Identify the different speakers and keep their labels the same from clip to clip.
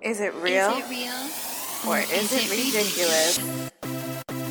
Speaker 1: Is it real?
Speaker 2: Is it real?
Speaker 1: or is, it ridiculous?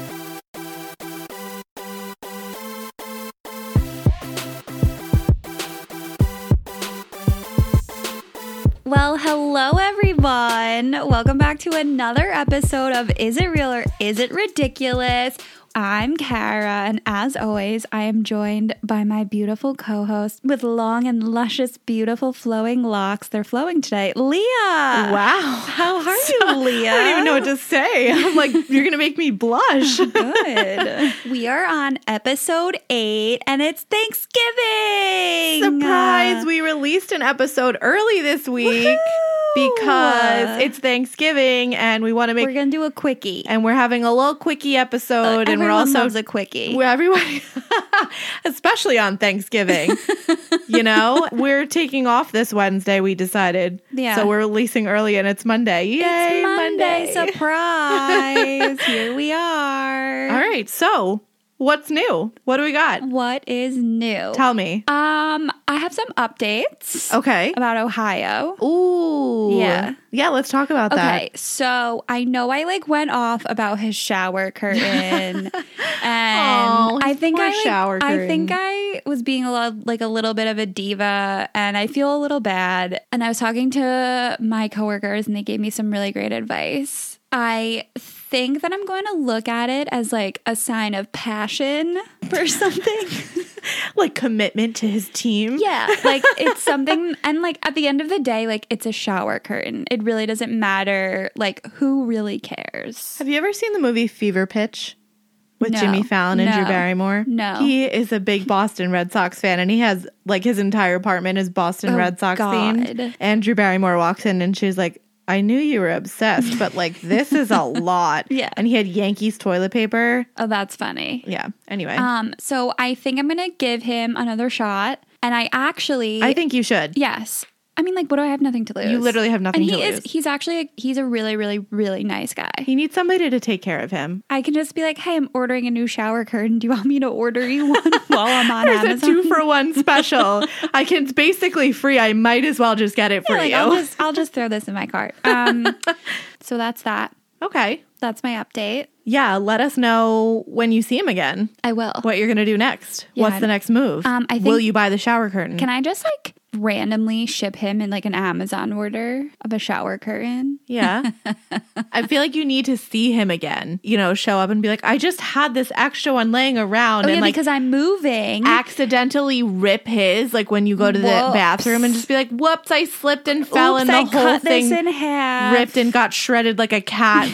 Speaker 2: Well, hello everyone. Welcome back to another episode of Is It Real or Is It Ridiculous? I'm Kara, and as always, I am joined by my beautiful co host with long and luscious, beautiful flowing locks. They're flowing today, Leah.
Speaker 3: Wow.
Speaker 2: How are you, Leah?
Speaker 3: I don't even know what to say. I'm like, you're going to make me blush.
Speaker 2: uh, Good. we are on episode eight, and it's Thanksgiving.
Speaker 3: Surprise, we released an episode early this week
Speaker 2: Woohoo!
Speaker 3: because it's Thanksgiving and we want to
Speaker 2: we're
Speaker 3: make
Speaker 2: gonna do a quickie.
Speaker 3: and we're having a little quickie episode and we're
Speaker 2: Everyone
Speaker 3: also
Speaker 2: loves a quickie.
Speaker 3: we're everybody especially on Thanksgiving. you know, we're taking off this Wednesday we decided.
Speaker 2: Yeah.
Speaker 3: So we're releasing early and it's Monday. Yay,
Speaker 2: it's Monday,
Speaker 3: Monday.
Speaker 2: surprise. Here we are.
Speaker 3: All right. So, what's new? What do we got?
Speaker 2: What is new?
Speaker 3: Tell me.
Speaker 2: um, I have some updates
Speaker 3: Okay.
Speaker 2: about Ohio.
Speaker 3: Ooh.
Speaker 2: Yeah.
Speaker 3: Yeah, let's talk about
Speaker 2: Okay, so I know I like went off about his shower curtain, and
Speaker 3: Aw,
Speaker 2: I
Speaker 3: his
Speaker 2: think
Speaker 3: poor
Speaker 2: I like,
Speaker 3: shower
Speaker 2: I think
Speaker 3: curtain.
Speaker 2: I was being a little like a little bit of a diva, and I feel a little bad. And I was talking to my coworkers, and they gave me some really great advice. I think that I'm going to look at it as like a sign of passion or something.
Speaker 3: that. Like commitment to his team.
Speaker 2: Yeah, like it's something, and like at the end of the day, like it's a shower curtain. It really doesn't matter. Like who really cares?
Speaker 3: Have you ever seen the movie Fever Pitch with
Speaker 2: No.
Speaker 3: Jimmy Fallon and
Speaker 2: No.
Speaker 3: Drew Barrymore?
Speaker 2: No.
Speaker 3: He is a big Boston Red Sox fan and he has like his entire apartment is Boston
Speaker 2: Oh,
Speaker 3: Red Sox
Speaker 2: God.
Speaker 3: themed. And Drew Barrymore walks in and she's like, I knew you were obsessed, but like this is a lot.
Speaker 2: Yeah.
Speaker 3: And he had Yankees toilet paper.
Speaker 2: Oh, that's funny.
Speaker 3: Yeah. Anyway.
Speaker 2: Um, so I think I'm gonna give him another shot, and I actually,
Speaker 3: I think you should.
Speaker 2: yes. I mean, like, what do I have nothing to lose?
Speaker 3: You literally have nothing
Speaker 2: And he
Speaker 3: to
Speaker 2: is,
Speaker 3: lose.
Speaker 2: He's actually, a, he's a really, really, really nice guy.
Speaker 3: He needs somebody to take care of him.
Speaker 2: I can just be like, hey, I'm ordering a new shower curtain. Do you want me to order you one while I'm on
Speaker 3: There's
Speaker 2: Amazon?
Speaker 3: a two for one special. I can it's basically free. I might as well just get it for
Speaker 2: Yeah, like,
Speaker 3: you.
Speaker 2: I'll just, I'll just throw this in my cart. Um, so that's that.
Speaker 3: okay.
Speaker 2: That's my update.
Speaker 3: Yeah, let us know when you see him again.
Speaker 2: I will.
Speaker 3: What you're gonna do next?
Speaker 2: Yeah.
Speaker 3: What's the next move?
Speaker 2: Um, I
Speaker 3: will
Speaker 2: think-
Speaker 3: you buy the shower curtain?
Speaker 2: Can I just like randomly ship him in like an Amazon order of a shower curtain?
Speaker 3: yeah, I feel like you need to see him again. You know, show up and be like, I just had this extra one laying around,
Speaker 2: Oh,
Speaker 3: and
Speaker 2: yeah,
Speaker 3: like
Speaker 2: because I'm moving.
Speaker 3: accidentally rip his. Like when you go to the
Speaker 2: Whoops.
Speaker 3: bathroom and just be like, whoops, I slipped and fell,
Speaker 2: Oops,
Speaker 3: and the
Speaker 2: I
Speaker 3: whole
Speaker 2: cut
Speaker 3: thing
Speaker 2: this in half.
Speaker 3: ripped and got shredded like a cat,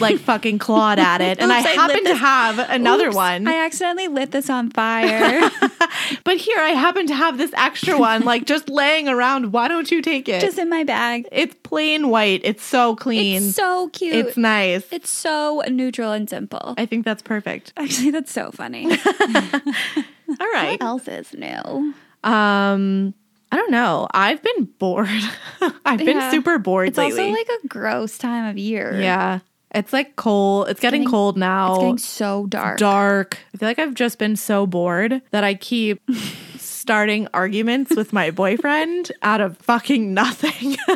Speaker 3: like fucking clawed at it. And
Speaker 2: Oops,
Speaker 3: I
Speaker 2: I lit
Speaker 3: happen to
Speaker 2: this-
Speaker 3: have another
Speaker 2: Oops,
Speaker 3: one.
Speaker 2: I accidentally lit this on fire.
Speaker 3: but here I happen to have this extra one, like just laying around. Why don't you take it?
Speaker 2: just in my bag.
Speaker 3: it's plain white. It's so clean.
Speaker 2: It's so cute.
Speaker 3: It's nice.
Speaker 2: it's so neutral and simple.
Speaker 3: I think that's perfect.
Speaker 2: Actually, that's so funny. what
Speaker 3: All right.
Speaker 2: else is new?
Speaker 3: Um, I don't know. I've been bored. I've been
Speaker 2: Yeah.
Speaker 3: super bored
Speaker 2: It's
Speaker 3: lately.
Speaker 2: also like a gross time of year.
Speaker 3: yeah. It's like cold. It's getting,
Speaker 2: getting-
Speaker 3: cold now.
Speaker 2: It's getting so dark.
Speaker 3: dark. I feel like I've just been so bored that I keep starting arguments with my boyfriend out of fucking nothing.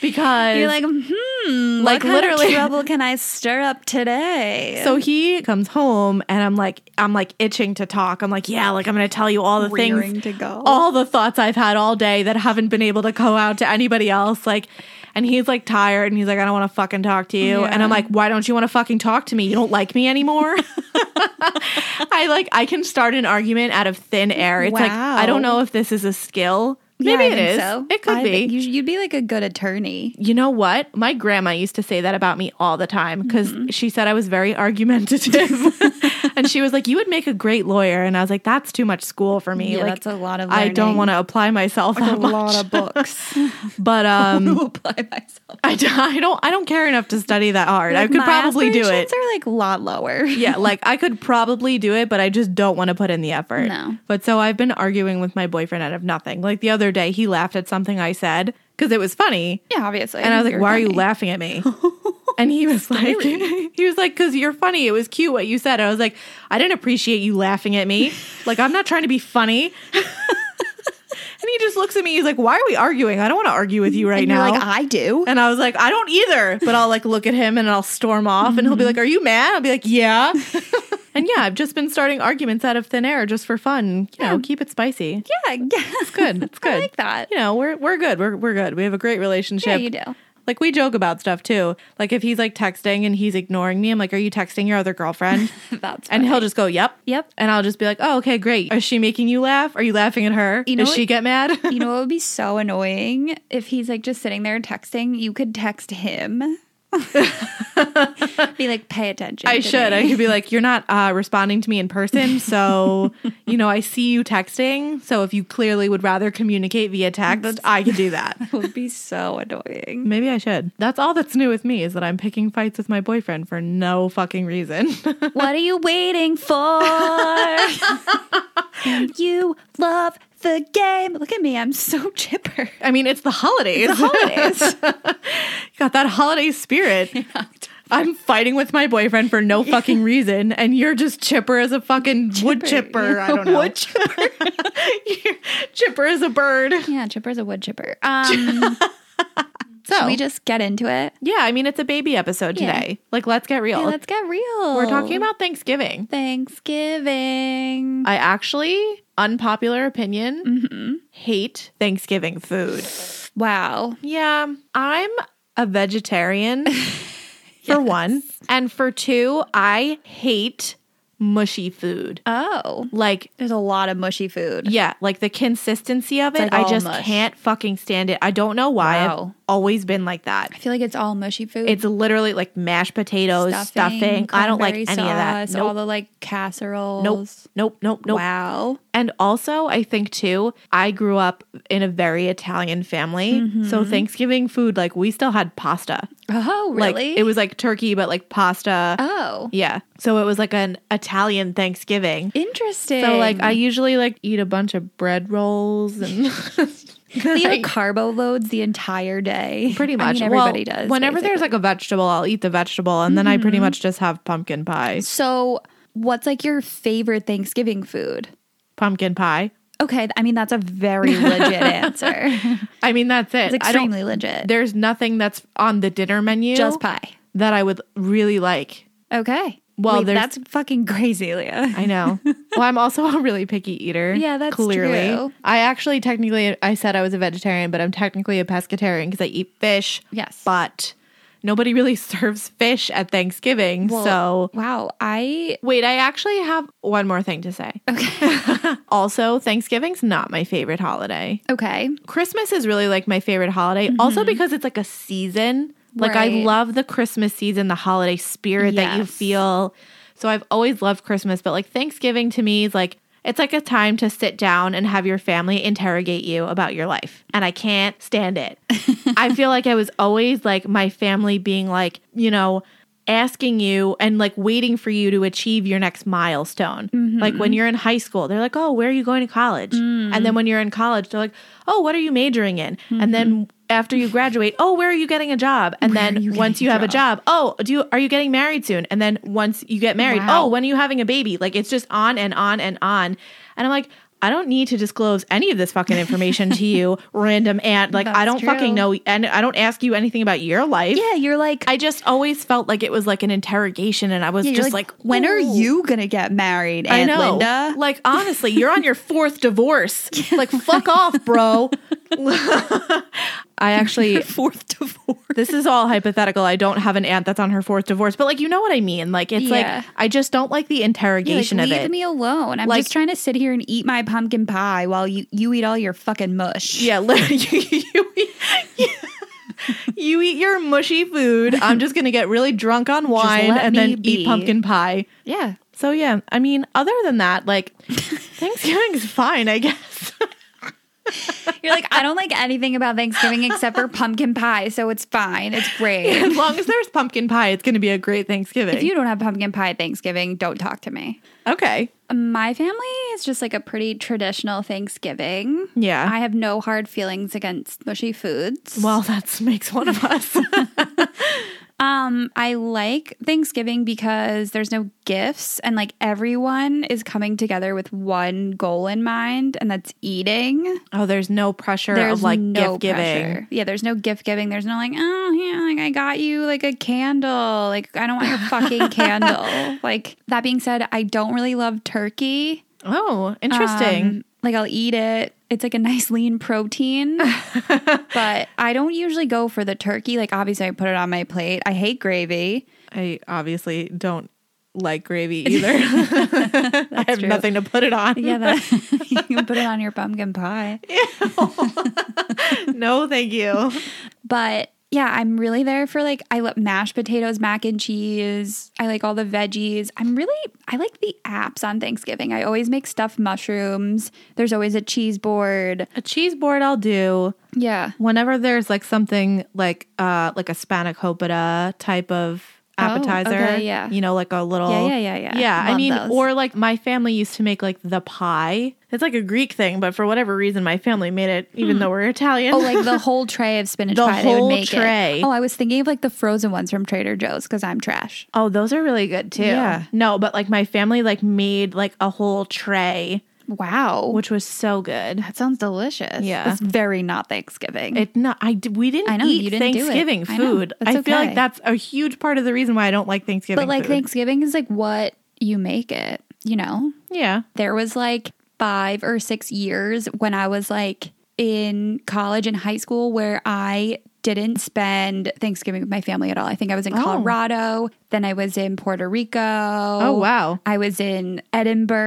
Speaker 3: because
Speaker 2: You're like, hmm,
Speaker 3: Like,
Speaker 2: like
Speaker 3: literally-
Speaker 2: literally, trouble can I stir up today?
Speaker 3: so he comes home and I'm like I'm like itching to talk. I'm like, yeah, like I'm going to tell you all the
Speaker 2: Rearing
Speaker 3: things
Speaker 2: to
Speaker 3: Oh,
Speaker 2: go.
Speaker 3: all the thoughts I've had all day that haven't been able to go out to anybody else like and he's like tired and he's like I don't want to fucking talk to you and I'm
Speaker 2: Yeah.
Speaker 3: like why don't you want to fucking talk to me? You don't like me anymore. I like I can start an argument out of thin air. It's like I don't
Speaker 2: Wow.
Speaker 3: know if this is a skill.
Speaker 2: Yeah,
Speaker 3: Maybe
Speaker 2: I
Speaker 3: it
Speaker 2: think
Speaker 3: is.
Speaker 2: so.
Speaker 3: It could
Speaker 2: I
Speaker 3: be.
Speaker 2: think you, you'd be like a good attorney.
Speaker 3: you know what? My grandma used to say that about me all the time because
Speaker 2: Mm-hmm.
Speaker 3: she said I was very argumentative. and she was like, You would make a great lawyer. And I was like, That's too much school for me.
Speaker 2: Yeah,
Speaker 3: like,
Speaker 2: that's a lot of
Speaker 3: I don't
Speaker 2: learning.
Speaker 3: want to apply myself that much.
Speaker 2: books.
Speaker 3: but um,
Speaker 2: apply myself.
Speaker 3: I, don't- I don't. I don't care enough to study that hard. I could probably do it.
Speaker 2: Are like a lot lower.
Speaker 3: yeah, like I could probably do it, but I just don't want to put in the effort.
Speaker 2: No.
Speaker 3: But so I've been arguing with my boyfriend out of nothing. Like the other day, he laughed at something I said because it was funny.
Speaker 2: Yeah, obviously.
Speaker 3: And I was like,
Speaker 2: You're
Speaker 3: "Why are you
Speaker 2: funny.
Speaker 3: laughing at me?" And he was like, "He was like, because you're funny. It was cute what you said." I was like, "I didn't appreciate you laughing at me. Like, I'm not trying to be funny." and And he just looks at me. He's like, "Why are we arguing? I don't want to argue with you right
Speaker 2: and
Speaker 3: now."
Speaker 2: you're like, I do.
Speaker 3: And I was like, I don't either. But I'll like look at him and I'll storm off and he'll
Speaker 2: Mm-hmm.
Speaker 3: be like, Are you mad? I'll be like, Yeah. and yeah, I've just been starting arguments out of thin air just for fun. You know, keep it spicy.
Speaker 2: Yeah, yeah. It's
Speaker 3: Good. It's good.
Speaker 2: I like that.
Speaker 3: You know, we're we're good. We're we're good. We have a great relationship.
Speaker 2: Yeah, you do.
Speaker 3: Like we joke about stuff too. Like if he's like texting and he's ignoring me, I'm like, Are you texting your other girlfriend?
Speaker 2: That's
Speaker 3: and
Speaker 2: funny.
Speaker 3: he'll just go, Yep.
Speaker 2: Yep.
Speaker 3: And I'll just be like, Oh, okay, great. Is she making you laugh? Are you laughing at her?
Speaker 2: You know
Speaker 3: Does she
Speaker 2: what-
Speaker 3: get mad?
Speaker 2: You know what would be so annoying if he's like just sitting there texting. You could text him. be like, pay attention.
Speaker 3: I
Speaker 2: to
Speaker 3: should. I
Speaker 2: me."
Speaker 3: could be like, you're not uh, responding to me in person. So, you know, I see you texting. So if you clearly would rather communicate via text, I could do that.
Speaker 2: That would be so annoying.
Speaker 3: Maybe I should. That's all that's new with me is that I'm picking fights with my boyfriend for no fucking reason.
Speaker 2: What are you waiting for? you love the game. Look at me. I'm so chipper.
Speaker 3: I mean, it's the holidays.
Speaker 2: Holidays.
Speaker 3: Got that holiday spirit. I'm fighting with my boyfriend for no fucking reason, and you're just chipper as a fucking wood
Speaker 2: Chipper,
Speaker 3: chipper.
Speaker 2: yeah.
Speaker 3: I don't know.
Speaker 2: Wood
Speaker 3: chipper. chipper as a bird.
Speaker 2: yeah, chipper's a wood chipper. Um,
Speaker 3: So
Speaker 2: we just get into it.
Speaker 3: Yeah, I mean it's a baby episode
Speaker 2: Yeah.
Speaker 3: today. Like let's get real.
Speaker 2: Hey, let's get real.
Speaker 3: We're talking about Thanksgiving.
Speaker 2: Thanksgiving.
Speaker 3: I actually, unpopular opinion, hate Thanksgiving food.
Speaker 2: Wow.
Speaker 3: Yeah, I'm a vegetarian for one, and for two, I hate mushy food.
Speaker 2: Oh,
Speaker 3: Like
Speaker 2: there's a lot of mushy food.
Speaker 3: yeah, like the consistency of it,
Speaker 2: like
Speaker 3: I
Speaker 2: all
Speaker 3: just
Speaker 2: mush.
Speaker 3: can't fucking stand it. I don't know why. I've
Speaker 2: Wow.
Speaker 3: always been like that.
Speaker 2: I feel like it's all mushy food.
Speaker 3: It's literally like mashed potatoes, stuffing. I don't like any
Speaker 2: cranberry
Speaker 3: of that.
Speaker 2: sauce,
Speaker 3: Nope.
Speaker 2: All the like casseroles.
Speaker 3: Nope. Nope. Nope. Nope.
Speaker 2: Wow.
Speaker 3: And also, I think too, I grew up in a very Italian family. So
Speaker 2: Mm-hmm.
Speaker 3: Thanksgiving food, like we still had pasta.
Speaker 2: Oh,
Speaker 3: Like
Speaker 2: really?
Speaker 3: it was like turkey, but like pasta.
Speaker 2: Oh,
Speaker 3: Yeah. So it was like an Italian Thanksgiving.
Speaker 2: interesting.
Speaker 3: So like I usually like eat a bunch of bread rolls and
Speaker 2: they have carbo loads the entire day.
Speaker 3: pretty
Speaker 2: I
Speaker 3: much
Speaker 2: mean,
Speaker 3: Well,
Speaker 2: everybody does. Mm-hmm.
Speaker 3: Whenever there's like a vegetable, I'll eat the vegetable, and then I pretty much just have pumpkin pie.
Speaker 2: so, what's like your favorite Thanksgiving food?
Speaker 3: Pumpkin pie.
Speaker 2: Okay, I mean that's a very legit answer.
Speaker 3: I mean that's it.
Speaker 2: It's
Speaker 3: I don't.
Speaker 2: extremely legit.
Speaker 3: There's nothing that's on the dinner menu.
Speaker 2: Just pie.
Speaker 3: that I would really like.
Speaker 2: Okay.
Speaker 3: Well,
Speaker 2: Wait,
Speaker 3: there's-
Speaker 2: that's fucking crazy, Leah.
Speaker 3: I know. well, I'm also a really picky eater.
Speaker 2: Yeah, that's true.
Speaker 3: I actually technically I said I was a vegetarian, but I'm technically a pescatarian because I eat fish.
Speaker 2: Yes.
Speaker 3: But nobody really serves fish at Thanksgiving. so
Speaker 2: wow, I
Speaker 3: wait, I actually have one more thing to say. Okay. also, Thanksgiving's not my favorite holiday.
Speaker 2: okay.
Speaker 3: Christmas is really like my favorite holiday, also because it's like a season. Like I
Speaker 2: Mm-hmm. Right.
Speaker 3: love the Christmas season, the holiday spirit that you
Speaker 2: Yes.
Speaker 3: feel. So I've always loved Christmas, but like Thanksgiving to me is like it's like a time to sit down and have your family interrogate you about your life. And I can't stand it. I feel like I was always like my family being like, you know, asking you and like waiting for you to achieve your next milestone. Like when you're in high school, they're like, "Oh, where are you going to college?" And then when you're in college, they're like, "Oh, what are you majoring in?" And then after you graduate, "Oh, where are you getting a job?" And then once you have a job, "Oh, do you are you getting married soon?" And then once you get married,
Speaker 2: Wow.
Speaker 3: "Oh, when are you having a baby?" Like it's just on and on and on. And I'm like, I don't need to disclose any of this fucking information to you, random aunt. Like I
Speaker 2: That's
Speaker 3: don't fucking
Speaker 2: true.
Speaker 3: know Oh, and I don't ask you anything about your life.
Speaker 2: Yeah, you're like
Speaker 3: I just always felt like it was like an interrogation, and I was
Speaker 2: Yeah, you're
Speaker 3: just like,
Speaker 2: when are
Speaker 3: "Ooh."
Speaker 2: you gonna get married,
Speaker 3: I
Speaker 2: Aunt
Speaker 3: know.
Speaker 2: Linda?
Speaker 3: Like honestly, you're on your fourth divorce. Like fuck off, bro. I actually
Speaker 2: Fourth divorce.
Speaker 3: this is all hypothetical. I don't have an aunt that's on her fourth divorce, but like you know what I mean. Like it's
Speaker 2: Yeah.
Speaker 3: like I just don't like the
Speaker 2: Like,
Speaker 3: interrogation
Speaker 2: leave
Speaker 3: of it.
Speaker 2: me alone. I'm
Speaker 3: Like-
Speaker 2: just trying to sit here and eat my pumpkin pie while you, you eat all your fucking mush.
Speaker 3: yeah, like, you, you, eat- you eat your mushy food. I'm just gonna get really drunk on wine
Speaker 2: let
Speaker 3: and
Speaker 2: me
Speaker 3: then
Speaker 2: be.
Speaker 3: eat pumpkin pie.
Speaker 2: Yeah.
Speaker 3: So yeah, I mean, other than that, like Thanksgiving's fine, I guess.
Speaker 2: You're like, I don't like anything about Thanksgiving except for pumpkin pie, so it's fine. It's great.
Speaker 3: as long as there's pumpkin pie, it's going to be a great Thanksgiving.
Speaker 2: If you don't have pumpkin pie at Thanksgiving, don't talk to me.
Speaker 3: okay,
Speaker 2: My family is just like a pretty traditional Thanksgiving.
Speaker 3: yeah.
Speaker 2: I have no hard feelings against mushy foods.
Speaker 3: well, that makes one of us.
Speaker 2: Um, I like Thanksgiving because there's no gifts and like everyone is coming together with one goal in mind and that's eating.
Speaker 3: Oh, there's no pressure
Speaker 2: There's
Speaker 3: of like
Speaker 2: no
Speaker 3: gift giving.
Speaker 2: pressure. Yeah, there's no gift giving. There's no like, oh yeah, like I got you like a candle. Like I don't want your fucking candle. Like that being said, I don't really love turkey.
Speaker 3: Oh, interesting.
Speaker 2: Um, like I'll eat it. It's like a nice lean protein. but I don't usually go for the turkey. Like obviously I put it on my plate. I hate gravy.
Speaker 3: I obviously don't like gravy either. I have
Speaker 2: true.
Speaker 3: nothing to put it on.
Speaker 2: Yeah, that, you can put it on your pumpkin pie.
Speaker 3: no, thank you.
Speaker 2: But yeah, I'm really there for like I love mashed potatoes, mac and cheese. I like all the veggies. I'm really I like the apps on Thanksgiving. I always make stuffed mushrooms. There's always a cheese board.
Speaker 3: A cheese board I'll do.
Speaker 2: Yeah.
Speaker 3: Whenever there's like something like uh like a spanakopita type of appetizer.
Speaker 2: Oh, okay, yeah.
Speaker 3: You know, like a little
Speaker 2: Yeah, yeah, yeah, yeah.
Speaker 3: Yeah. I
Speaker 2: Love
Speaker 3: mean
Speaker 2: those.
Speaker 3: or like my family used to make like the pie. It's like a Greek thing, but for whatever reason my family made it even though we're Italian.
Speaker 2: Oh, like the whole tray of spinach
Speaker 3: The
Speaker 2: pie. they
Speaker 3: whole
Speaker 2: would make it.
Speaker 3: tray.
Speaker 2: Oh, I was thinking of like the frozen ones from Trader Joe's because I'm trash.
Speaker 3: Oh, those are really good too.
Speaker 2: Yeah.
Speaker 3: No, but like my family like made like a whole tray,
Speaker 2: Wow.
Speaker 3: which was so good.
Speaker 2: that sounds delicious.
Speaker 3: Yeah.
Speaker 2: That's very not Thanksgiving.
Speaker 3: It not I d- we didn't
Speaker 2: I know,
Speaker 3: eat
Speaker 2: you didn't do it.
Speaker 3: Thanksgiving
Speaker 2: I know.
Speaker 3: food. I,
Speaker 2: That's
Speaker 3: feel
Speaker 2: okay.
Speaker 3: like that's a huge part of the reason why I don't like Thanksgiving.
Speaker 2: but like
Speaker 3: food.
Speaker 2: Thanksgiving is like what you make it, you know?
Speaker 3: yeah,
Speaker 2: there was like five or six years when I was like in college and high school where I didn't spend Thanksgiving with my family at all. I think I was in Colorado, then I was in Puerto Rico. Oh
Speaker 3: wow.
Speaker 2: I was in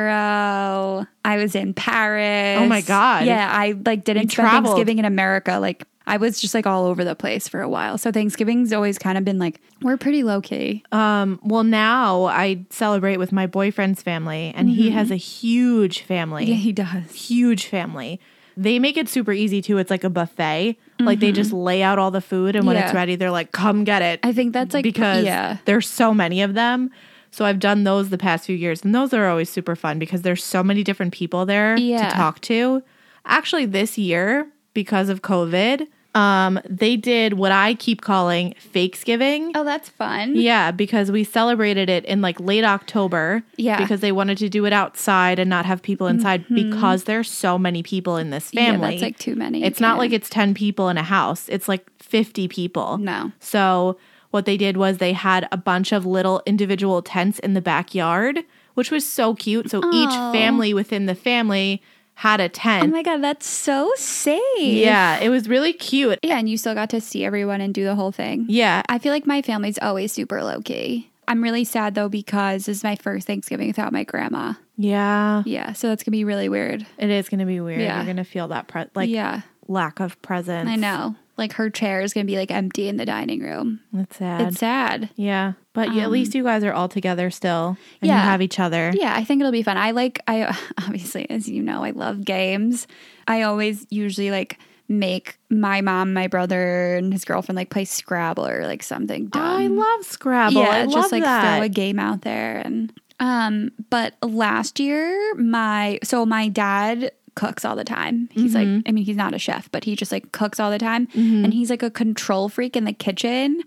Speaker 2: Edinburgh. I was in Paris.
Speaker 3: Oh, my God.
Speaker 2: Yeah, I like didn't spend
Speaker 3: traveled.
Speaker 2: Thanksgiving in America like I was just like all over the place for a while. So Thanksgiving's always kind of been like we're pretty low key.
Speaker 3: um, well now I celebrate with my boyfriend's family, and he has a huge family.
Speaker 2: Mm-hmm. yeah, he does.
Speaker 3: huge family. They make it super easy too. It's like a buffet. Like they just lay out all the food, and when it's
Speaker 2: Mm-hmm. Yeah.
Speaker 3: ready, they're like, "Come get it."
Speaker 2: I think that's like
Speaker 3: because
Speaker 2: yeah.
Speaker 3: there's so many of them. So I've done those the past few years, and those are always super fun because there's so many different people there
Speaker 2: Yeah.
Speaker 3: to talk to. Actually, this year because of COVID, um, they did what I keep calling fakesgiving.
Speaker 2: Oh, that's fun.
Speaker 3: Yeah, because we celebrated it in like late October.
Speaker 2: Yeah. Mm-hmm.
Speaker 3: Because they wanted to do it outside and not have people inside because there's so many people in this family.
Speaker 2: Yeah, that's like too many.
Speaker 3: It's not
Speaker 2: Yeah.
Speaker 3: like it's 10 people in a house, it's like 50 people.
Speaker 2: No.
Speaker 3: So, what they did was they had a bunch of little individual tents in the backyard, which was so cute. So,
Speaker 2: Oh.
Speaker 3: each family within the family had a
Speaker 2: Oh
Speaker 3: tent.
Speaker 2: my god, that's so safe.
Speaker 3: yeah, it was really cute.
Speaker 2: Yeah, and you still got to see everyone and do the whole thing.
Speaker 3: Yeah.
Speaker 2: I feel like my family's always super low key. I'm really sad though because this is my first Thanksgiving without my grandma.
Speaker 3: Yeah.
Speaker 2: Yeah, so that's gonna be really weird.
Speaker 3: It is going to be weird.
Speaker 2: Yeah.
Speaker 3: You're going to feel that pre- like
Speaker 2: yeah,
Speaker 3: lack of presence.
Speaker 2: I know. Like her chair is gonna be like empty in the dining room.
Speaker 3: That's sad.
Speaker 2: It's sad.
Speaker 3: yeah, but you, at least you guys are all together still, and
Speaker 2: yeah.
Speaker 3: you have each other.
Speaker 2: Yeah, I think it'll be fun. I like I obviously as you know, I love games. I always usually like make my mom, my brother, and his girlfriend like play Scrabble or like something dumb.
Speaker 3: I love Scrabble. I love
Speaker 2: just like
Speaker 3: that.
Speaker 2: throw a game out there and um but last year my so my dad cooks all the time. He's
Speaker 3: Mm-hmm.
Speaker 2: like I mean he's not a chef, but he just like cooks all the time and he's like a control freak in the kitchen.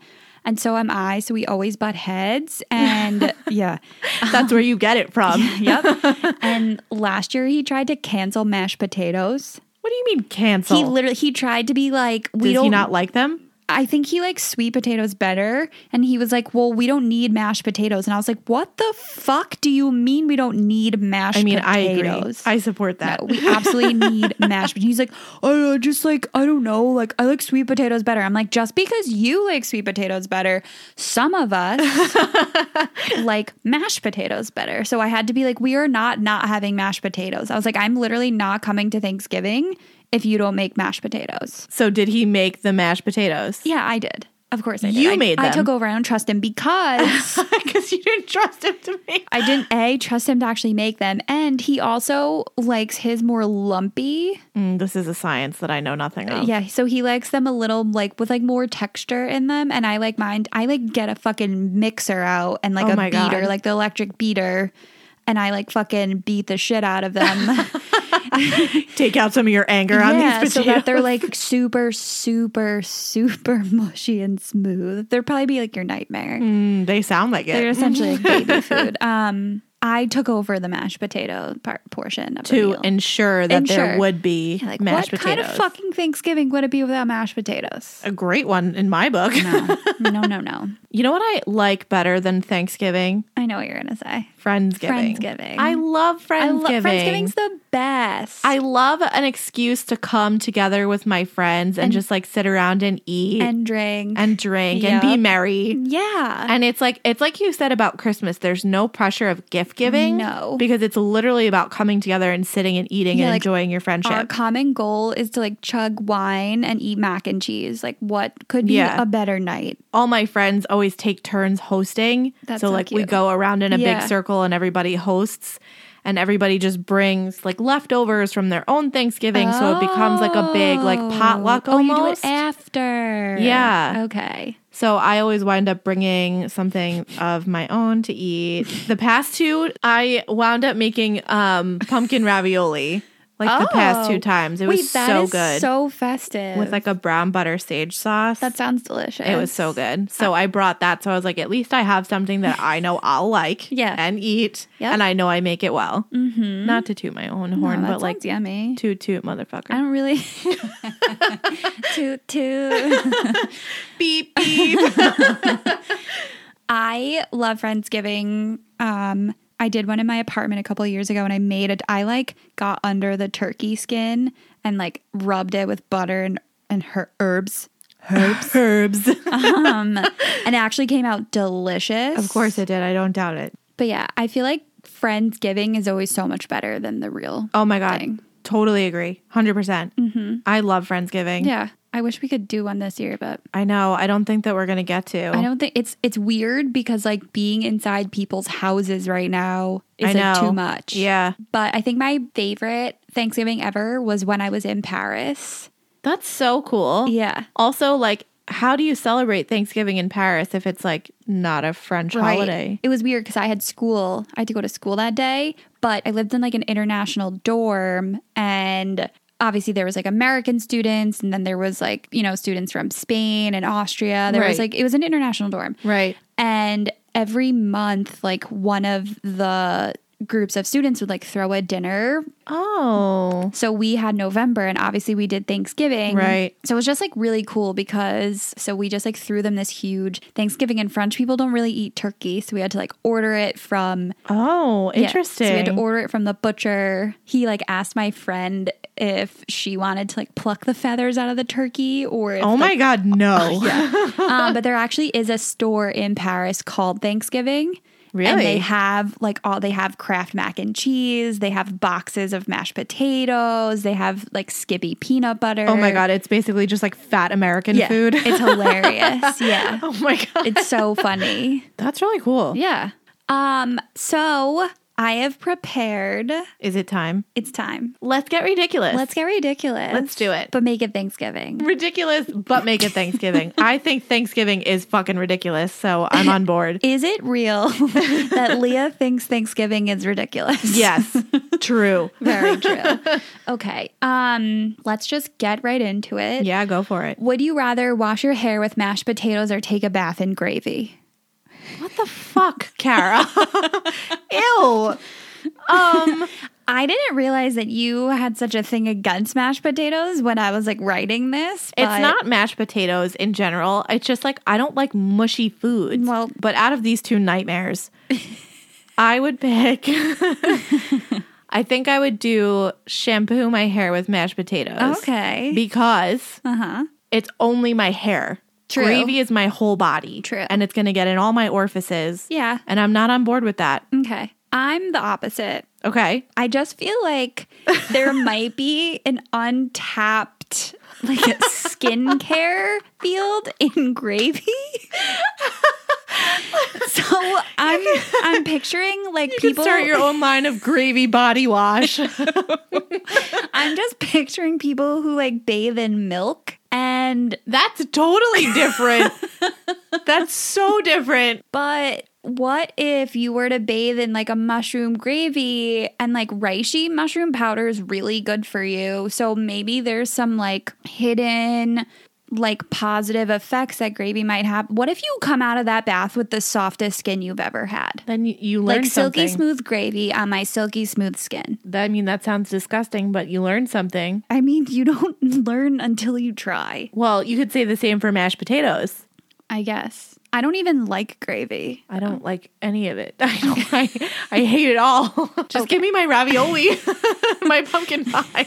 Speaker 2: And so am I, so we always butt heads and yeah.
Speaker 3: That's where you get it from.
Speaker 2: Yep. and last year he tried to cancel mashed potatoes.
Speaker 3: What do you mean cancel?
Speaker 2: He literally he tried to be like we
Speaker 3: Does
Speaker 2: don't
Speaker 3: he not like them?
Speaker 2: I think he likes sweet potatoes better. And he was like, Well, we don't need mashed potatoes. And I was like, What the fuck do you mean we don't need mashed
Speaker 3: I mean,
Speaker 2: potatoes?
Speaker 3: I agree. I support that.
Speaker 2: No, we absolutely need mashed potatoes. He's like, oh, I just like, I don't know. Like, I like sweet potatoes better. I'm like, just because you like sweet potatoes better, some of us like mashed potatoes better. So I had to be like, we are not not having mashed potatoes. I was like, I'm literally not coming to Thanksgiving if you don't make mashed potatoes.
Speaker 3: so did he make the mashed potatoes?
Speaker 2: Yeah, I did. Of course I did.
Speaker 3: You
Speaker 2: I,
Speaker 3: made
Speaker 2: I
Speaker 3: them.
Speaker 2: took over. I don't trust him because
Speaker 3: Because you didn't trust him to make.
Speaker 2: I didn't A, trust him to actually make them. And he also likes his more lumpy.
Speaker 3: Mm, this is a science that I know nothing of.
Speaker 2: Yeah. So he likes them a little like with like more texture in them. And I like mine. I like get a fucking mixer out and like
Speaker 3: Oh
Speaker 2: a
Speaker 3: my
Speaker 2: beater,
Speaker 3: God.
Speaker 2: like the electric beater. And I like fucking beat the shit out of them.
Speaker 3: Take out some of your anger on
Speaker 2: yeah,
Speaker 3: these
Speaker 2: so
Speaker 3: potatoes.
Speaker 2: that they're like super, super, super mushy and smooth. They'd probably be like your nightmare.
Speaker 3: Mm, they sound like
Speaker 2: They're
Speaker 3: it.
Speaker 2: essentially like baby food. Um, I took over the mashed potato part portion of the
Speaker 3: To
Speaker 2: meal.
Speaker 3: ensure that
Speaker 2: Ensure.
Speaker 3: there would be
Speaker 2: like,
Speaker 3: mashed
Speaker 2: what
Speaker 3: potatoes.
Speaker 2: kind of fucking Thanksgiving would it be without mashed potatoes?
Speaker 3: a great one in my book.
Speaker 2: No, no, no, no.
Speaker 3: You know what I like better than Thanksgiving?
Speaker 2: I know what you're gonna say.
Speaker 3: Friendsgiving.
Speaker 2: Friendsgiving.
Speaker 3: I love Friendsgiving.
Speaker 2: I love Friendsgiving's the best.
Speaker 3: I love an excuse to come together with my friends and, just like sit around and eat and,
Speaker 2: and drink
Speaker 3: drink and
Speaker 2: Yup.
Speaker 3: be merry.
Speaker 2: yeah.
Speaker 3: And it's like it's like you said about Christmas. There's no pressure of gift giving,
Speaker 2: No.
Speaker 3: because it's literally about coming together and sitting and eating
Speaker 2: Yeah,
Speaker 3: and
Speaker 2: like,
Speaker 3: enjoying your
Speaker 2: our
Speaker 3: friendship.
Speaker 2: common goal is to like chug wine and eat mac and cheese. Like, what could be
Speaker 3: Yeah.
Speaker 2: a better night?
Speaker 3: All my friends always take turns hosting,
Speaker 2: That's
Speaker 3: so
Speaker 2: so
Speaker 3: like we
Speaker 2: cute.
Speaker 3: go around in a
Speaker 2: Yeah.
Speaker 3: big circle and everybody hosts, and everybody just brings like leftovers from their own Thanksgiving, so it becomes like a big like potluck
Speaker 2: Oh, you do
Speaker 3: almost.
Speaker 2: it after.
Speaker 3: Yeah.
Speaker 2: Okay.
Speaker 3: So I always wind up bringing something of my own to eat. The past two, I wound up making um, pumpkin ravioli like the past
Speaker 2: Oh.
Speaker 3: two times. It
Speaker 2: Wait,
Speaker 3: was
Speaker 2: that
Speaker 3: so
Speaker 2: is
Speaker 3: good
Speaker 2: So festive.
Speaker 3: with like a brown butter sage sauce.
Speaker 2: that sounds delicious. Oh,
Speaker 3: it was so good. So I brought that. So I was like, at least I have something that I know I'll like
Speaker 2: Yeah.
Speaker 3: and eat,
Speaker 2: Yep.
Speaker 3: and I know I make it well. Mm-hmm. Not to toot my own
Speaker 2: Oh,
Speaker 3: horn,
Speaker 2: that
Speaker 3: but like
Speaker 2: sounds yummy.
Speaker 3: toot toot
Speaker 2: I
Speaker 3: motherfucker.
Speaker 2: don't really toot toot.
Speaker 3: Beep beep.
Speaker 2: I love Friendsgiving. Um, I did one in my apartment a couple of years ago, and I made it. I like got under the turkey skin and like rubbed it with butter and and her herbs,
Speaker 3: Herbs. Herbs.
Speaker 2: um, and it actually came out delicious.
Speaker 3: Of course it did. I don't doubt it.
Speaker 2: but yeah, I feel like Friendsgiving is always so much better than the real.
Speaker 3: Oh my god,
Speaker 2: thing.
Speaker 3: totally agree, 100 percent. I love Friendsgiving.
Speaker 2: Mm-hmm. Yeah, I wish we could do one this year, but
Speaker 3: I know. I don't think that we're gonna get to.
Speaker 2: I don't think it's it's weird because like being inside people's houses right now
Speaker 3: I
Speaker 2: is like
Speaker 3: know.
Speaker 2: too much.
Speaker 3: Yeah,
Speaker 2: But I think my favorite Thanksgiving ever was when I was in Paris.
Speaker 3: that's so cool.
Speaker 2: Yeah.
Speaker 3: Also, like, how do you celebrate Thanksgiving in Paris if it's like not a French holiday?
Speaker 2: It was weird because I had school. I had to go to school that day, but I lived in like an international dorm and obviously there was like American students and then there was like, you know, students from Spain and Austria. There was
Speaker 3: Right.
Speaker 2: like it was an international dorm.
Speaker 3: Right.
Speaker 2: And every month like one of the groups of students would like throw a dinner
Speaker 3: Oh,
Speaker 2: So we had November and obviously we did Thanksgiving.
Speaker 3: Right.
Speaker 2: So it was just like really cool because so we just like threw them this huge Thanksgiving and French people don't really eat turkey. So we had to like order it from
Speaker 3: oh,
Speaker 2: yeah, so we had
Speaker 3: interesting.
Speaker 2: to order it from the butcher. He like asked my friend if she wanted to like pluck the feathers out of the turkey or if
Speaker 3: oh my god,
Speaker 2: uh,
Speaker 3: no.
Speaker 2: um, but there actually is a store in Paris called Thanksgiving. And
Speaker 3: Really?
Speaker 2: they have like all they have Kraft mac and cheese. They have boxes of mashed potatoes. They have like Skippy peanut butter.
Speaker 3: Oh my god, it's basically just like fat American
Speaker 2: Yeah,
Speaker 3: food.
Speaker 2: it's hilarious. Yeah,
Speaker 3: oh my god,
Speaker 2: it's so funny.
Speaker 3: that's really cool.
Speaker 2: Yeah. Um. So I have prepared.
Speaker 3: Is it time?
Speaker 2: It's time.
Speaker 3: Let's get ridiculous.
Speaker 2: Let's get ridiculous.
Speaker 3: Let's do it.
Speaker 2: But make it Thanksgiving.
Speaker 3: ridiculous, but make it Thanksgiving. I think Thanksgiving is fucking ridiculous, so I'm on board.
Speaker 2: Is it real that Leah thinks Thanksgiving is ridiculous?
Speaker 3: yes, true.
Speaker 2: Very true. Okay. Um, let's just get right into it.
Speaker 3: Yeah, go for it.
Speaker 2: Would you rather wash your hair with mashed potatoes or take a bath in gravy?
Speaker 3: What the fuck, Kara? Ew. Um,
Speaker 2: I didn't realize that you had such a thing against mashed potatoes when I was like writing this.
Speaker 3: it's
Speaker 2: but-
Speaker 3: not mashed potatoes in general. It's just like I don't like mushy foods.
Speaker 2: Well-
Speaker 3: but out of these two nightmares, I would pick. I think I would do shampoo my hair with mashed potatoes.
Speaker 2: Okay.
Speaker 3: Because
Speaker 2: uh huh.
Speaker 3: it's only my hair.
Speaker 2: True.
Speaker 3: Gravy is my whole body.
Speaker 2: True.
Speaker 3: And it's going to get in all my orifices.
Speaker 2: Yeah.
Speaker 3: And I'm not on board with that.
Speaker 2: Okay. I'm the opposite.
Speaker 3: Okay.
Speaker 2: I just feel like there might be an untapped like skincare field in gravy. so I'm I'm picturing like
Speaker 3: People
Speaker 2: people
Speaker 3: start your own line of gravy body wash.
Speaker 2: I'm just picturing people who like bathe in milk and
Speaker 3: That's totally different. That's so different.
Speaker 2: but what if you were to bathe in like a mushroom gravy and like reishi mushroom powder is really good for you. So maybe there's some like hidden like positive effects that gravy might have. What if you come out of that bath with the softest skin you've ever had?
Speaker 3: Then you, you learn
Speaker 2: Like silky
Speaker 3: something.
Speaker 2: smooth gravy on my silky smooth skin.
Speaker 3: That- I mean, that sounds disgusting, but you learn something.
Speaker 2: I mean, you don't learn until you try,
Speaker 3: Well, you could say the same for mashed potatoes.
Speaker 2: I guess. I don't even like gravy.
Speaker 3: I don't like any of it. I don't. I, I hate it all. Just give me my ravioli, my pumpkin pie,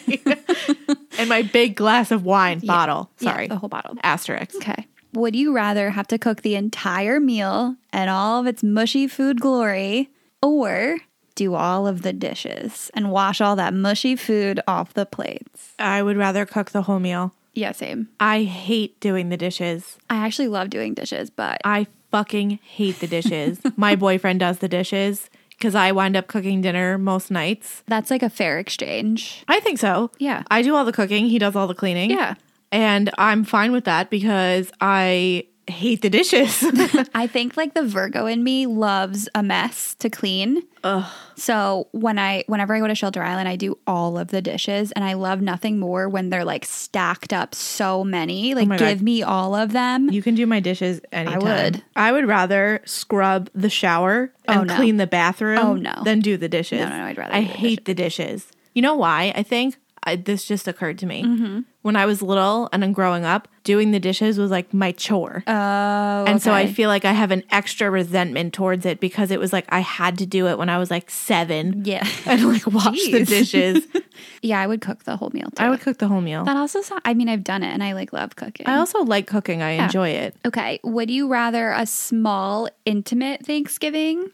Speaker 3: and my big glass of wine bottle.
Speaker 2: Yeah,
Speaker 3: Sorry,
Speaker 2: the whole bottle.
Speaker 3: asterisk.
Speaker 2: Okay. Would you rather have to cook the entire meal and all of its mushy food glory or do all of the dishes and wash all that mushy food off the plates?
Speaker 3: I would rather cook the whole meal.
Speaker 2: Yeah, same.
Speaker 3: I hate doing the dishes.
Speaker 2: I actually love doing dishes, but
Speaker 3: I fucking hate the dishes. my boyfriend does the dishes because I wind up cooking dinner most nights.
Speaker 2: that's like a fair exchange.
Speaker 3: I think so.
Speaker 2: Yeah.
Speaker 3: I do all the cooking, he does all the cleaning.
Speaker 2: Yeah.
Speaker 3: And I'm fine with that because I hate the dishes.
Speaker 2: I think like the Virgo in me loves a mess to clean. So when I whenever I go to Shelter Island, I do all of the dishes and I love nothing more when they're like stacked up so many. Like
Speaker 3: my God.
Speaker 2: give me all of them.
Speaker 3: you can do my dishes anytime.
Speaker 2: would.
Speaker 3: I would rather scrub the shower and
Speaker 2: Oh, no.
Speaker 3: clean the bathroom
Speaker 2: Oh, no.
Speaker 3: than do the dishes.
Speaker 2: No, no, no, I'd rather
Speaker 3: I
Speaker 2: do the
Speaker 3: hate the dishes. You know why? I think I, this just occurred to me.
Speaker 2: Mm-hmm.
Speaker 3: When I was little and then growing up, doing the dishes was like my chore.
Speaker 2: Oh,
Speaker 3: And so I
Speaker 2: okay.
Speaker 3: feel like I have an extra resentment towards it because it was like I had to do it when I was like seven
Speaker 2: yeah,
Speaker 3: and like wash the
Speaker 2: Jeez.
Speaker 3: dishes.
Speaker 2: yeah. I would cook the whole meal. Too.
Speaker 3: I would cook Oh. the whole meal.
Speaker 2: That also sounds. I mean, I've done it, and I like love cooking.
Speaker 3: I also like cooking. I enjoy it.
Speaker 2: okay, would you rather a small, intimate Thanksgiving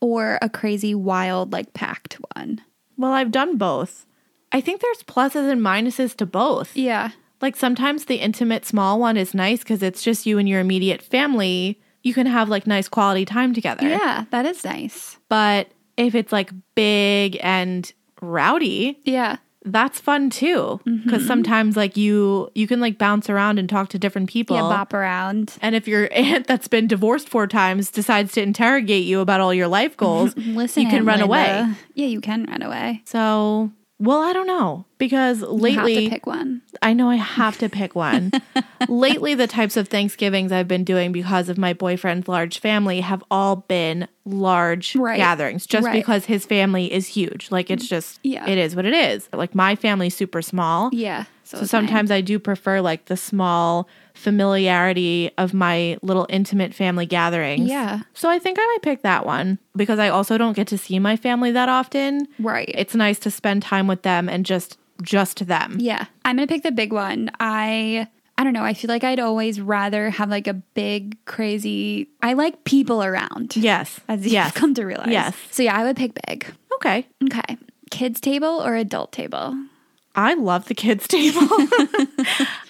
Speaker 2: or a crazy, wild, like packed one?
Speaker 3: Well, I've done both. I think there's pluses and minuses to both.
Speaker 2: Yeah,
Speaker 3: Like sometimes the intimate small one is nice because it's just you and your immediate family. You can have like nice quality time together.
Speaker 2: yeah, that is nice.
Speaker 3: But if it's like big and rowdy,
Speaker 2: Yeah,
Speaker 3: that's fun too because sometimes like you you can like bounce around and talk to different people
Speaker 2: yeah, bop around.
Speaker 3: and if your aunt that's been divorced four times decides to interrogate you about all your life goals
Speaker 2: Listen,
Speaker 3: you can
Speaker 2: Aunt
Speaker 3: run
Speaker 2: Linda.
Speaker 3: away
Speaker 2: Yeah, you can run away.
Speaker 3: so well i don't know because
Speaker 2: You have to
Speaker 3: lately
Speaker 2: pick one.
Speaker 3: i know i have to pick one lately the types of thanksgivings i've been doing because of my boyfriend's large family have all been large
Speaker 2: Right.
Speaker 3: gatherings just
Speaker 2: Right.
Speaker 3: because his family is huge like it's just
Speaker 2: Yeah.
Speaker 3: it is what it is like my family's super small
Speaker 2: Yeah,
Speaker 3: so
Speaker 2: is mine.
Speaker 3: sometimes I do prefer like the small familiarity of my little intimate family gatherings.
Speaker 2: Yeah.
Speaker 3: So I think I might pick that one because I also don't get to see my family that often.
Speaker 2: right?
Speaker 3: It's nice to spend time with them and just just them.
Speaker 2: Yeah. I'm going to pick the big one. I I don't know. I feel like I'd always rather have like a big crazy I like people around.
Speaker 3: Yes.
Speaker 2: As you've
Speaker 3: yes.
Speaker 2: come to realize.
Speaker 3: Yes.
Speaker 2: So yeah, I would pick big.
Speaker 3: Okay.
Speaker 2: Okay. Kids table or adult table?
Speaker 3: I love the kids table.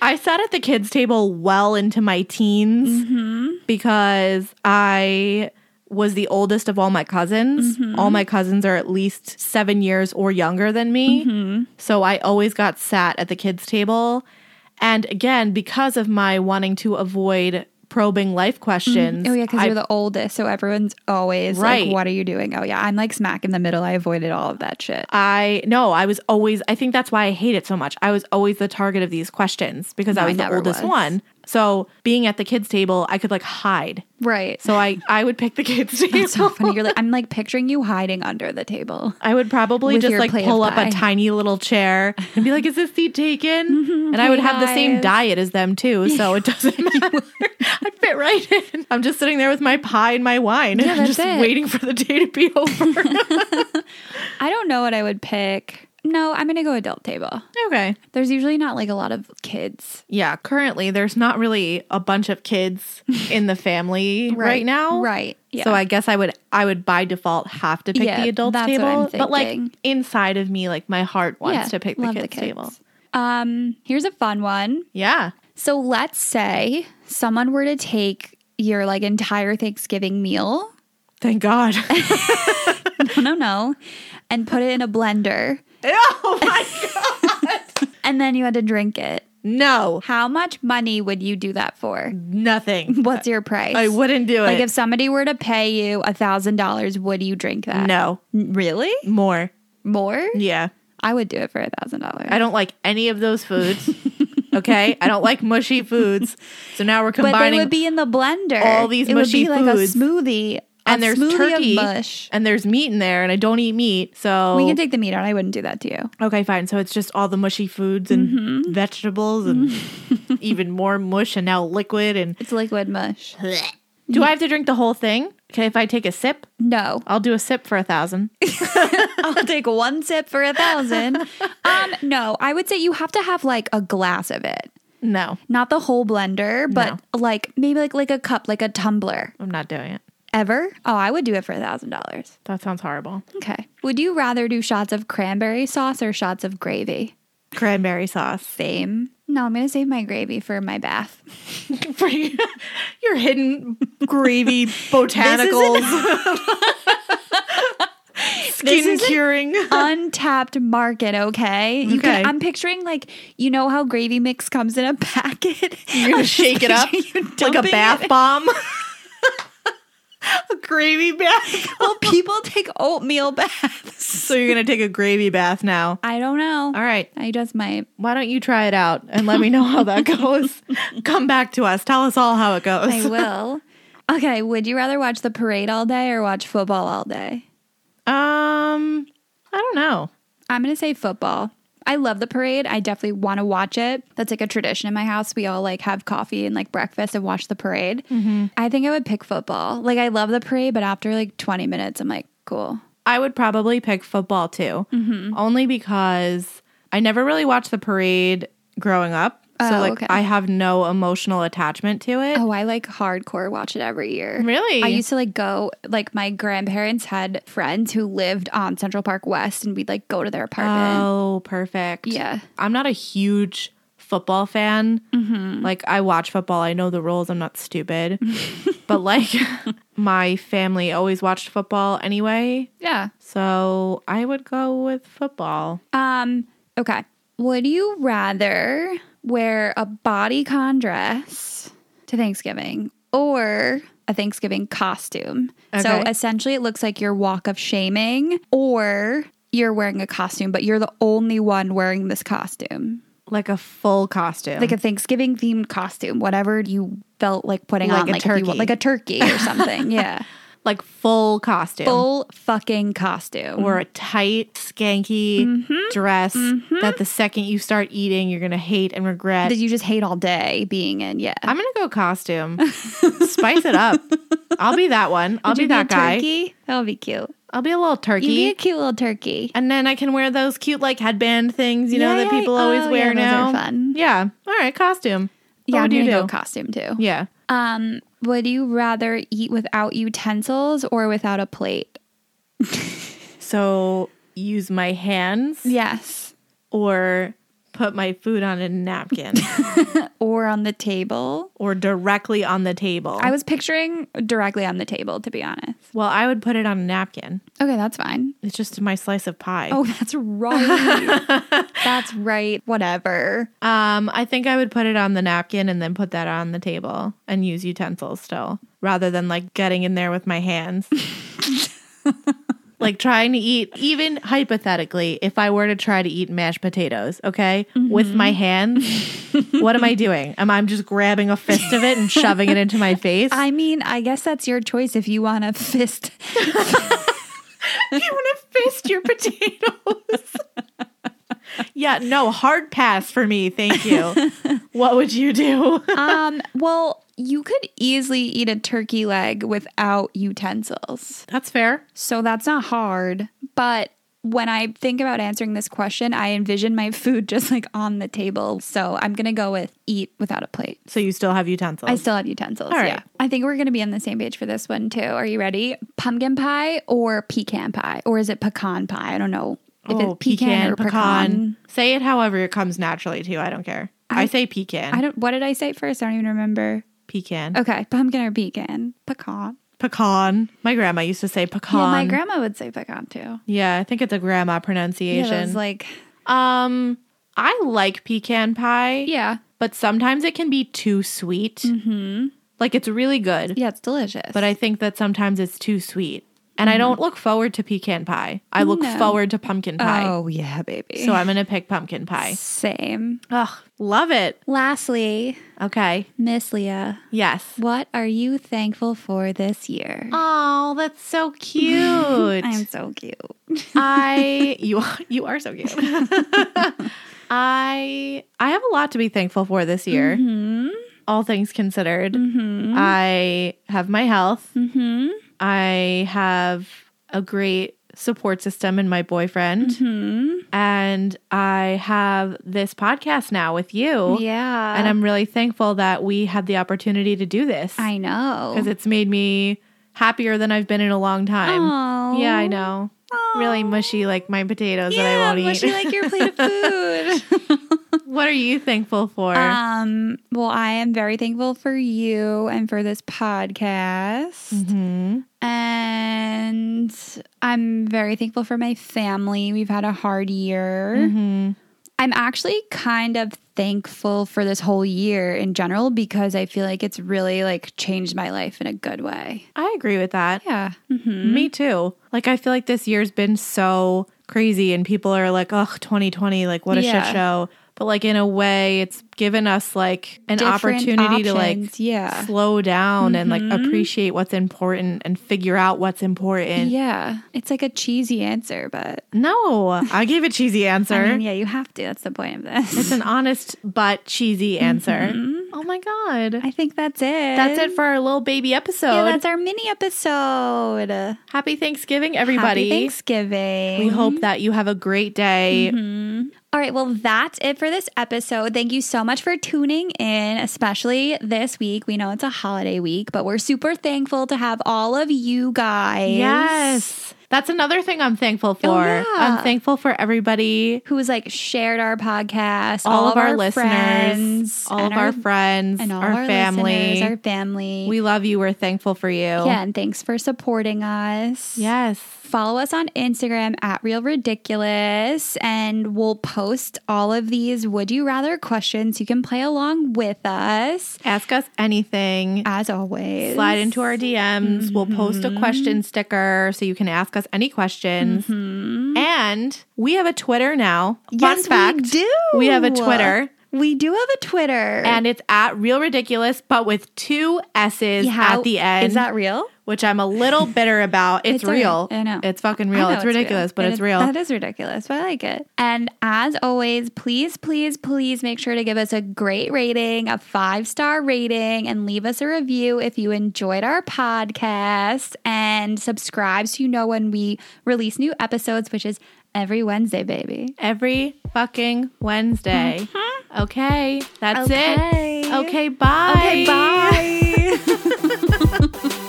Speaker 3: I sat at the kids table well into my teens
Speaker 2: Mm-hmm.
Speaker 3: because I was the oldest of all my cousins.
Speaker 2: Mm-hmm.
Speaker 3: All my cousins are at least 7 years or younger than me.
Speaker 2: Mm-hmm.
Speaker 3: So I always got sat at the kids table. And again, because of my wanting to avoid probing life questions.
Speaker 2: Oh yeah, because
Speaker 3: I-
Speaker 2: you're the oldest, so everyone's always
Speaker 3: Right.
Speaker 2: like, "What are you doing?" Oh yeah, I'm like smack in the middle. I avoided all of that shit.
Speaker 3: I no, I was always I think that's why I hate it so much. I was always the target of these questions because
Speaker 2: No,
Speaker 3: I
Speaker 2: I
Speaker 3: was the
Speaker 2: never
Speaker 3: oldest
Speaker 2: was.
Speaker 3: one. So being at the kids table, I could like hide.
Speaker 2: Right. So
Speaker 3: So I I would pick the kids table.
Speaker 2: so funny. You're like, I'm like picturing you hiding under the table.
Speaker 3: I would probably
Speaker 2: With
Speaker 3: just
Speaker 2: your
Speaker 3: like
Speaker 2: plate
Speaker 3: pull
Speaker 2: of
Speaker 3: up a
Speaker 2: pie.
Speaker 3: tiny little chair and be like, "Is this seat taken?" and I would
Speaker 2: hey
Speaker 3: have the same
Speaker 2: guys.
Speaker 3: diet as them too, so it doesn't matter. I fit right in. I'm just sitting there with my pie and my wine, and I'm
Speaker 2: that's
Speaker 3: just
Speaker 2: it.
Speaker 3: waiting for the day to be over.
Speaker 2: I don't know what I would pick. No, I'm gonna go adult table.
Speaker 3: okay.
Speaker 2: There's usually not like a lot of kids.
Speaker 3: Yeah, currently there's not really a bunch of kids in the family right, now.
Speaker 2: Right. Yeah.
Speaker 3: So I guess I would I would by default have to pick
Speaker 2: Yeah,
Speaker 3: the adults
Speaker 2: that's what
Speaker 3: table.
Speaker 2: I'm
Speaker 3: But like
Speaker 2: thinking.
Speaker 3: inside of me, like my heart wants
Speaker 2: Yeah,
Speaker 3: to pick the
Speaker 2: love
Speaker 3: kids, table.
Speaker 2: Um, here's a fun one.
Speaker 3: Yeah.
Speaker 2: So let's say someone were to take your like entire Thanksgiving meal.
Speaker 3: Thank God.
Speaker 2: No, no, no. And put it in a blender.
Speaker 3: oh my god.
Speaker 2: And then you had to drink it.
Speaker 3: No,
Speaker 2: How much money would you do that for?
Speaker 3: nothing.
Speaker 2: What's your price?
Speaker 3: I wouldn't do it.
Speaker 2: Like if somebody were to pay you a thousand dollars, would you drink that?
Speaker 3: no,
Speaker 2: N- really?
Speaker 3: more.
Speaker 2: More?
Speaker 3: Yeah.
Speaker 2: I would do it for a thousand dollars.
Speaker 3: I don't like any of those foods. okay. I don't like mushy foods. So now we're
Speaker 2: But they
Speaker 3: combining.
Speaker 2: would be in the blender.
Speaker 3: all these
Speaker 2: it
Speaker 3: mushy
Speaker 2: would be
Speaker 3: foods.
Speaker 2: like a smoothie. a
Speaker 3: and there's
Speaker 2: smoothie
Speaker 3: turkey.
Speaker 2: of mush.
Speaker 3: And there's meat in there, and I don't eat meat. So.
Speaker 2: We can take the meat out. I wouldn't do that to you.
Speaker 3: okay, fine. So it's just all the mushy foods and
Speaker 2: Mm-hmm.
Speaker 3: vegetables and even more mush and now liquid. And
Speaker 2: It's liquid mush.
Speaker 3: do I have to drink the whole thing? Okay. If I take a sip,
Speaker 2: No.
Speaker 3: I'll do a sip for a thousand.
Speaker 2: I'll take one sip for a thousand. Um, no, I would say you have to have like a glass of it.
Speaker 3: No,
Speaker 2: Not the whole blender, but like maybe like like a cup, like a tumbler.
Speaker 3: I'm not doing it.
Speaker 2: Ever? Oh, I would do it for a thousand dollars.
Speaker 3: That sounds horrible.
Speaker 2: Okay. Would you rather do shots of cranberry sauce or shots of gravy?
Speaker 3: Cranberry sauce.
Speaker 2: Same. No, I'm gonna save my gravy for my bath.
Speaker 3: for you- your hidden gravy botanicals.
Speaker 2: This
Speaker 3: Skin
Speaker 2: isn't-
Speaker 3: curing.
Speaker 2: Untapped market, okay? You
Speaker 3: Okay.
Speaker 2: Can, I'm picturing like you know how gravy mix comes in a packet.
Speaker 3: You're gonna shake it up
Speaker 2: You're
Speaker 3: like a
Speaker 2: dumping
Speaker 3: bath bomb. a gravy bath.
Speaker 2: Well, people take oatmeal baths.
Speaker 3: So you're gonna take a gravy bath now.
Speaker 2: I don't know.
Speaker 3: All right.
Speaker 2: I just might.
Speaker 3: Why don't you try it out and let me know how that goes? Come back to us. Tell us all how it goes.
Speaker 2: I will. okay. Would you rather watch the parade all day or watch football all day?
Speaker 3: Um, I don't know.
Speaker 2: I'm going to say football. I love the parade. I definitely want to watch it. That's like a tradition in my house. We all like have coffee and like breakfast and watch the parade.
Speaker 3: Mm-hmm.
Speaker 2: I think I would pick football. Like I love the parade, but after like 20 minutes, I'm like, cool.
Speaker 3: I would probably pick football too, only because I never really watched the parade growing up. so
Speaker 2: Oh,
Speaker 3: like
Speaker 2: okay.
Speaker 3: I have no emotional attachment to it.
Speaker 2: Oh, I like hardcore watch it every year.
Speaker 3: Really?
Speaker 2: I used to like go, like my grandparents had friends who lived on Central Park West and we'd like go to their apartment.
Speaker 3: Oh, perfect.
Speaker 2: Yeah.
Speaker 3: I'm not a huge football fan.
Speaker 2: Mm-hmm.
Speaker 3: Like I watch football, I know the rules, I'm not stupid. but like my family always watched football anyway.
Speaker 2: Yeah.
Speaker 3: So I would go with football.
Speaker 2: Um, okay. Would you rather wear a bodycon dress to Thanksgiving or a Thanksgiving costume? So
Speaker 3: Okay.
Speaker 2: essentially, it looks like your walk of shaming, or you're wearing a costume, but you're the only one wearing this costume,
Speaker 3: Like a full costume.
Speaker 2: like a Thanksgiving themed costume, whatever you felt like putting
Speaker 3: Like
Speaker 2: on,
Speaker 3: a
Speaker 2: like if you
Speaker 3: turkey.
Speaker 2: want, like a turkey or something. yeah,
Speaker 3: like full costume.
Speaker 2: full fucking costume.
Speaker 3: or a tight, skanky
Speaker 2: Mm-hmm.
Speaker 3: dress that the second you start eating, you're gonna hate and regret.
Speaker 2: Did you just hate all day being in? Yeah,
Speaker 3: I'm gonna go costume, spice it up. I'll be that one. I'll
Speaker 2: Would
Speaker 3: be
Speaker 2: you
Speaker 3: that
Speaker 2: a
Speaker 3: guy.
Speaker 2: Turkey? That would be cute.
Speaker 3: I'll be a little turkey,
Speaker 2: You'd be a cute little turkey.
Speaker 3: and then I can wear those cute like headband things, you know,
Speaker 2: Yeah,
Speaker 3: that
Speaker 2: yeah,
Speaker 3: people
Speaker 2: yeah.
Speaker 3: always
Speaker 2: Oh,
Speaker 3: wear
Speaker 2: yeah, those
Speaker 3: now.
Speaker 2: are fun.
Speaker 3: Yeah. All right, costume. What
Speaker 2: yeah,
Speaker 3: would
Speaker 2: I'm
Speaker 3: you
Speaker 2: gonna
Speaker 3: do?
Speaker 2: go costume too.
Speaker 3: yeah.
Speaker 2: Um, would you rather eat without utensils or without a plate?
Speaker 3: So use my hands
Speaker 2: Yes,
Speaker 3: or put my food on a napkin
Speaker 2: or on the table.
Speaker 3: or directly on the table.
Speaker 2: I was picturing directly on the table, to be honest.
Speaker 3: well, I would put it on a napkin.
Speaker 2: Okay, that's fine.
Speaker 3: It's just my slice of pie.
Speaker 2: Oh, that's right. that's right. Whatever.
Speaker 3: Um, I think I would put it on the napkin and then put that on the table and use utensils still rather than like getting in there with my hands. like trying to eat, even hypothetically, if I were to try to eat mashed potatoes, okay, with
Speaker 2: Mm-hmm.
Speaker 3: my hands, what am I doing? Am I just grabbing a fist of it and shoving it into my face?
Speaker 2: I mean, I guess that's your choice if you want to fist.
Speaker 3: you want to fist your potatoes. yeah, no, hard pass for me. Thank you. what would you do?
Speaker 2: Um, well, you could easily eat a turkey leg without utensils.
Speaker 3: That's fair.
Speaker 2: So that's not hard. But when I think about answering this question, I envision my food just like on the table. So I'm going to go with eat without a plate.
Speaker 3: So you still have utensils.
Speaker 2: I still have utensils.
Speaker 3: Oh. All right.
Speaker 2: Yeah. I think we're going to be on the same page for this one too. Are you ready? Pumpkin pie or pecan pie? Or is it pecan pie? I don't know. If
Speaker 3: oh,
Speaker 2: it's pecan, or pecan.
Speaker 3: Say it however it comes naturally to you. I don't care. I, say pecan.
Speaker 2: I don't what did I say first? I don't even remember.
Speaker 3: pecan.
Speaker 2: Okay, pumpkin or pecan? Pecan.
Speaker 3: Pecan. My grandma used to say pecan.
Speaker 2: Yeah,
Speaker 3: Yeah,
Speaker 2: my grandma would say pecan too.
Speaker 3: I think it's a grandma
Speaker 2: Yeah,
Speaker 3: pronunciation.
Speaker 2: that was like
Speaker 3: um I like pecan pie.
Speaker 2: Yeah.
Speaker 3: But sometimes it can be too sweet. Mm-hmm. Like it's really good,
Speaker 2: Yeah, it's delicious.
Speaker 3: but I think that sometimes it's too sweet. And I don't look forward to pecan pie. I look
Speaker 2: Mm-hmm. No.
Speaker 3: forward to pumpkin pie.
Speaker 2: Oh, yeah, baby.
Speaker 3: So I'm going to pick pumpkin pie.
Speaker 2: Same.
Speaker 3: Ugh, love it.
Speaker 2: Lastly,
Speaker 3: Okay.
Speaker 2: Miss Leah,
Speaker 3: Yes.
Speaker 2: what are you thankful for this year?
Speaker 3: Oh, that's so cute.
Speaker 2: I'm so cute.
Speaker 3: I you are you are so cute. I I have a lot to be thankful for this year. All things considered,
Speaker 2: Mm-hmm.
Speaker 3: I have my health. Mm-hmm. I have a great support system in my boyfriend, Mm-hmm. and I have this podcast now with you.
Speaker 2: Yeah.
Speaker 3: And I'm really thankful that we had the opportunity to do this
Speaker 2: I know.
Speaker 3: because it's made me happier than I've been in a long time.
Speaker 2: Aw.
Speaker 3: Yeah, I know. Really mushy like my potatoes that I
Speaker 2: yeah,
Speaker 3: won't eat.
Speaker 2: mushy like your plate of food.
Speaker 3: what are you thankful for?
Speaker 2: Um, well, I am very thankful for you and for this
Speaker 3: Mm-hmm.
Speaker 2: podcast. And I'm very thankful for my family. We've had a hard year.
Speaker 3: Mm-hmm.
Speaker 2: I'm actually kind of thankful for this whole year in general because I feel like it's really like changed my life in a good way. Mm-hmm.
Speaker 3: I agree with that.
Speaker 2: Yeah.
Speaker 3: Me too. Like I feel like this year's been so crazy and people are like, "Ugh, 2020, like what a
Speaker 2: Yeah.
Speaker 3: shit show." But like in a way, it's given us like an
Speaker 2: Different
Speaker 3: opportunity to like
Speaker 2: options, yeah.
Speaker 3: slow down and like appreciate what's important and figure out what's important.
Speaker 2: Yeah. It's like a cheesy answer, but
Speaker 3: No, I gave a cheesy answer.
Speaker 2: I mean, yeah, you have to. That's the point of this.
Speaker 3: It's an honest but cheesy answer. Oh my god.
Speaker 2: I think that's it.
Speaker 3: That's it for our little baby episode.
Speaker 2: Yeah, that's our mini episode. Happy
Speaker 3: Happy Thanksgiving, everybody.
Speaker 2: Thanksgiving. Mm-hmm.
Speaker 3: We hope that you have a great day.
Speaker 2: All right, well, that's it for this episode. Thank you so much for tuning in, especially this week. We know it's a holiday week, but we're super thankful to have all of you guys.
Speaker 3: Yes. That's another thing I'm thankful for.
Speaker 2: Oh, yeah.
Speaker 3: I'm thankful for everybody,
Speaker 2: Who's like shared our podcast,
Speaker 3: all, of our, listeners,
Speaker 2: friends,
Speaker 3: all
Speaker 2: and
Speaker 3: of our, friends,
Speaker 2: and all
Speaker 3: our,
Speaker 2: of our
Speaker 3: family.
Speaker 2: listeners, our family.
Speaker 3: we love you. We're thankful for you.
Speaker 2: yeah, and thanks for supporting us.
Speaker 3: Yes.
Speaker 2: follow us on Instagram at Real Ridiculous, and we'll post all of these would you rather questions. You can play along with us
Speaker 3: Ask us anything.
Speaker 2: as always.
Speaker 3: Slide into our DMs. We'll post
Speaker 2: Mm-hmm.
Speaker 3: a question sticker so you can ask us any questions. And we have a Twitter now.
Speaker 2: Mm-hmm. Yes,
Speaker 3: Fun fact,
Speaker 2: we do.
Speaker 3: We have a Twitter.
Speaker 2: We do have a Twitter.
Speaker 3: And it's at Real Ridiculous, but with two S's
Speaker 2: Yeah,
Speaker 3: at the end,
Speaker 2: Is that real?
Speaker 3: which I'm a little bitter about. It's,
Speaker 2: It's all right.
Speaker 3: real.
Speaker 2: I know.
Speaker 3: It's fucking
Speaker 2: I
Speaker 3: real.
Speaker 2: know
Speaker 3: It's ridiculous, but
Speaker 2: It
Speaker 3: it's
Speaker 2: is-
Speaker 3: real.
Speaker 2: That is ridiculous, but I like it. And as always, please, please, please make sure to give us a great rating, a five star rating, and leave us a review if you enjoyed our podcast. And subscribe so you know when we release new episodes, which is every Wednesday, baby.
Speaker 3: Every fucking Wednesday. Okay. That's
Speaker 2: Mm-hmm. Okay.
Speaker 3: it. Okay, bye.
Speaker 2: Okay, bye.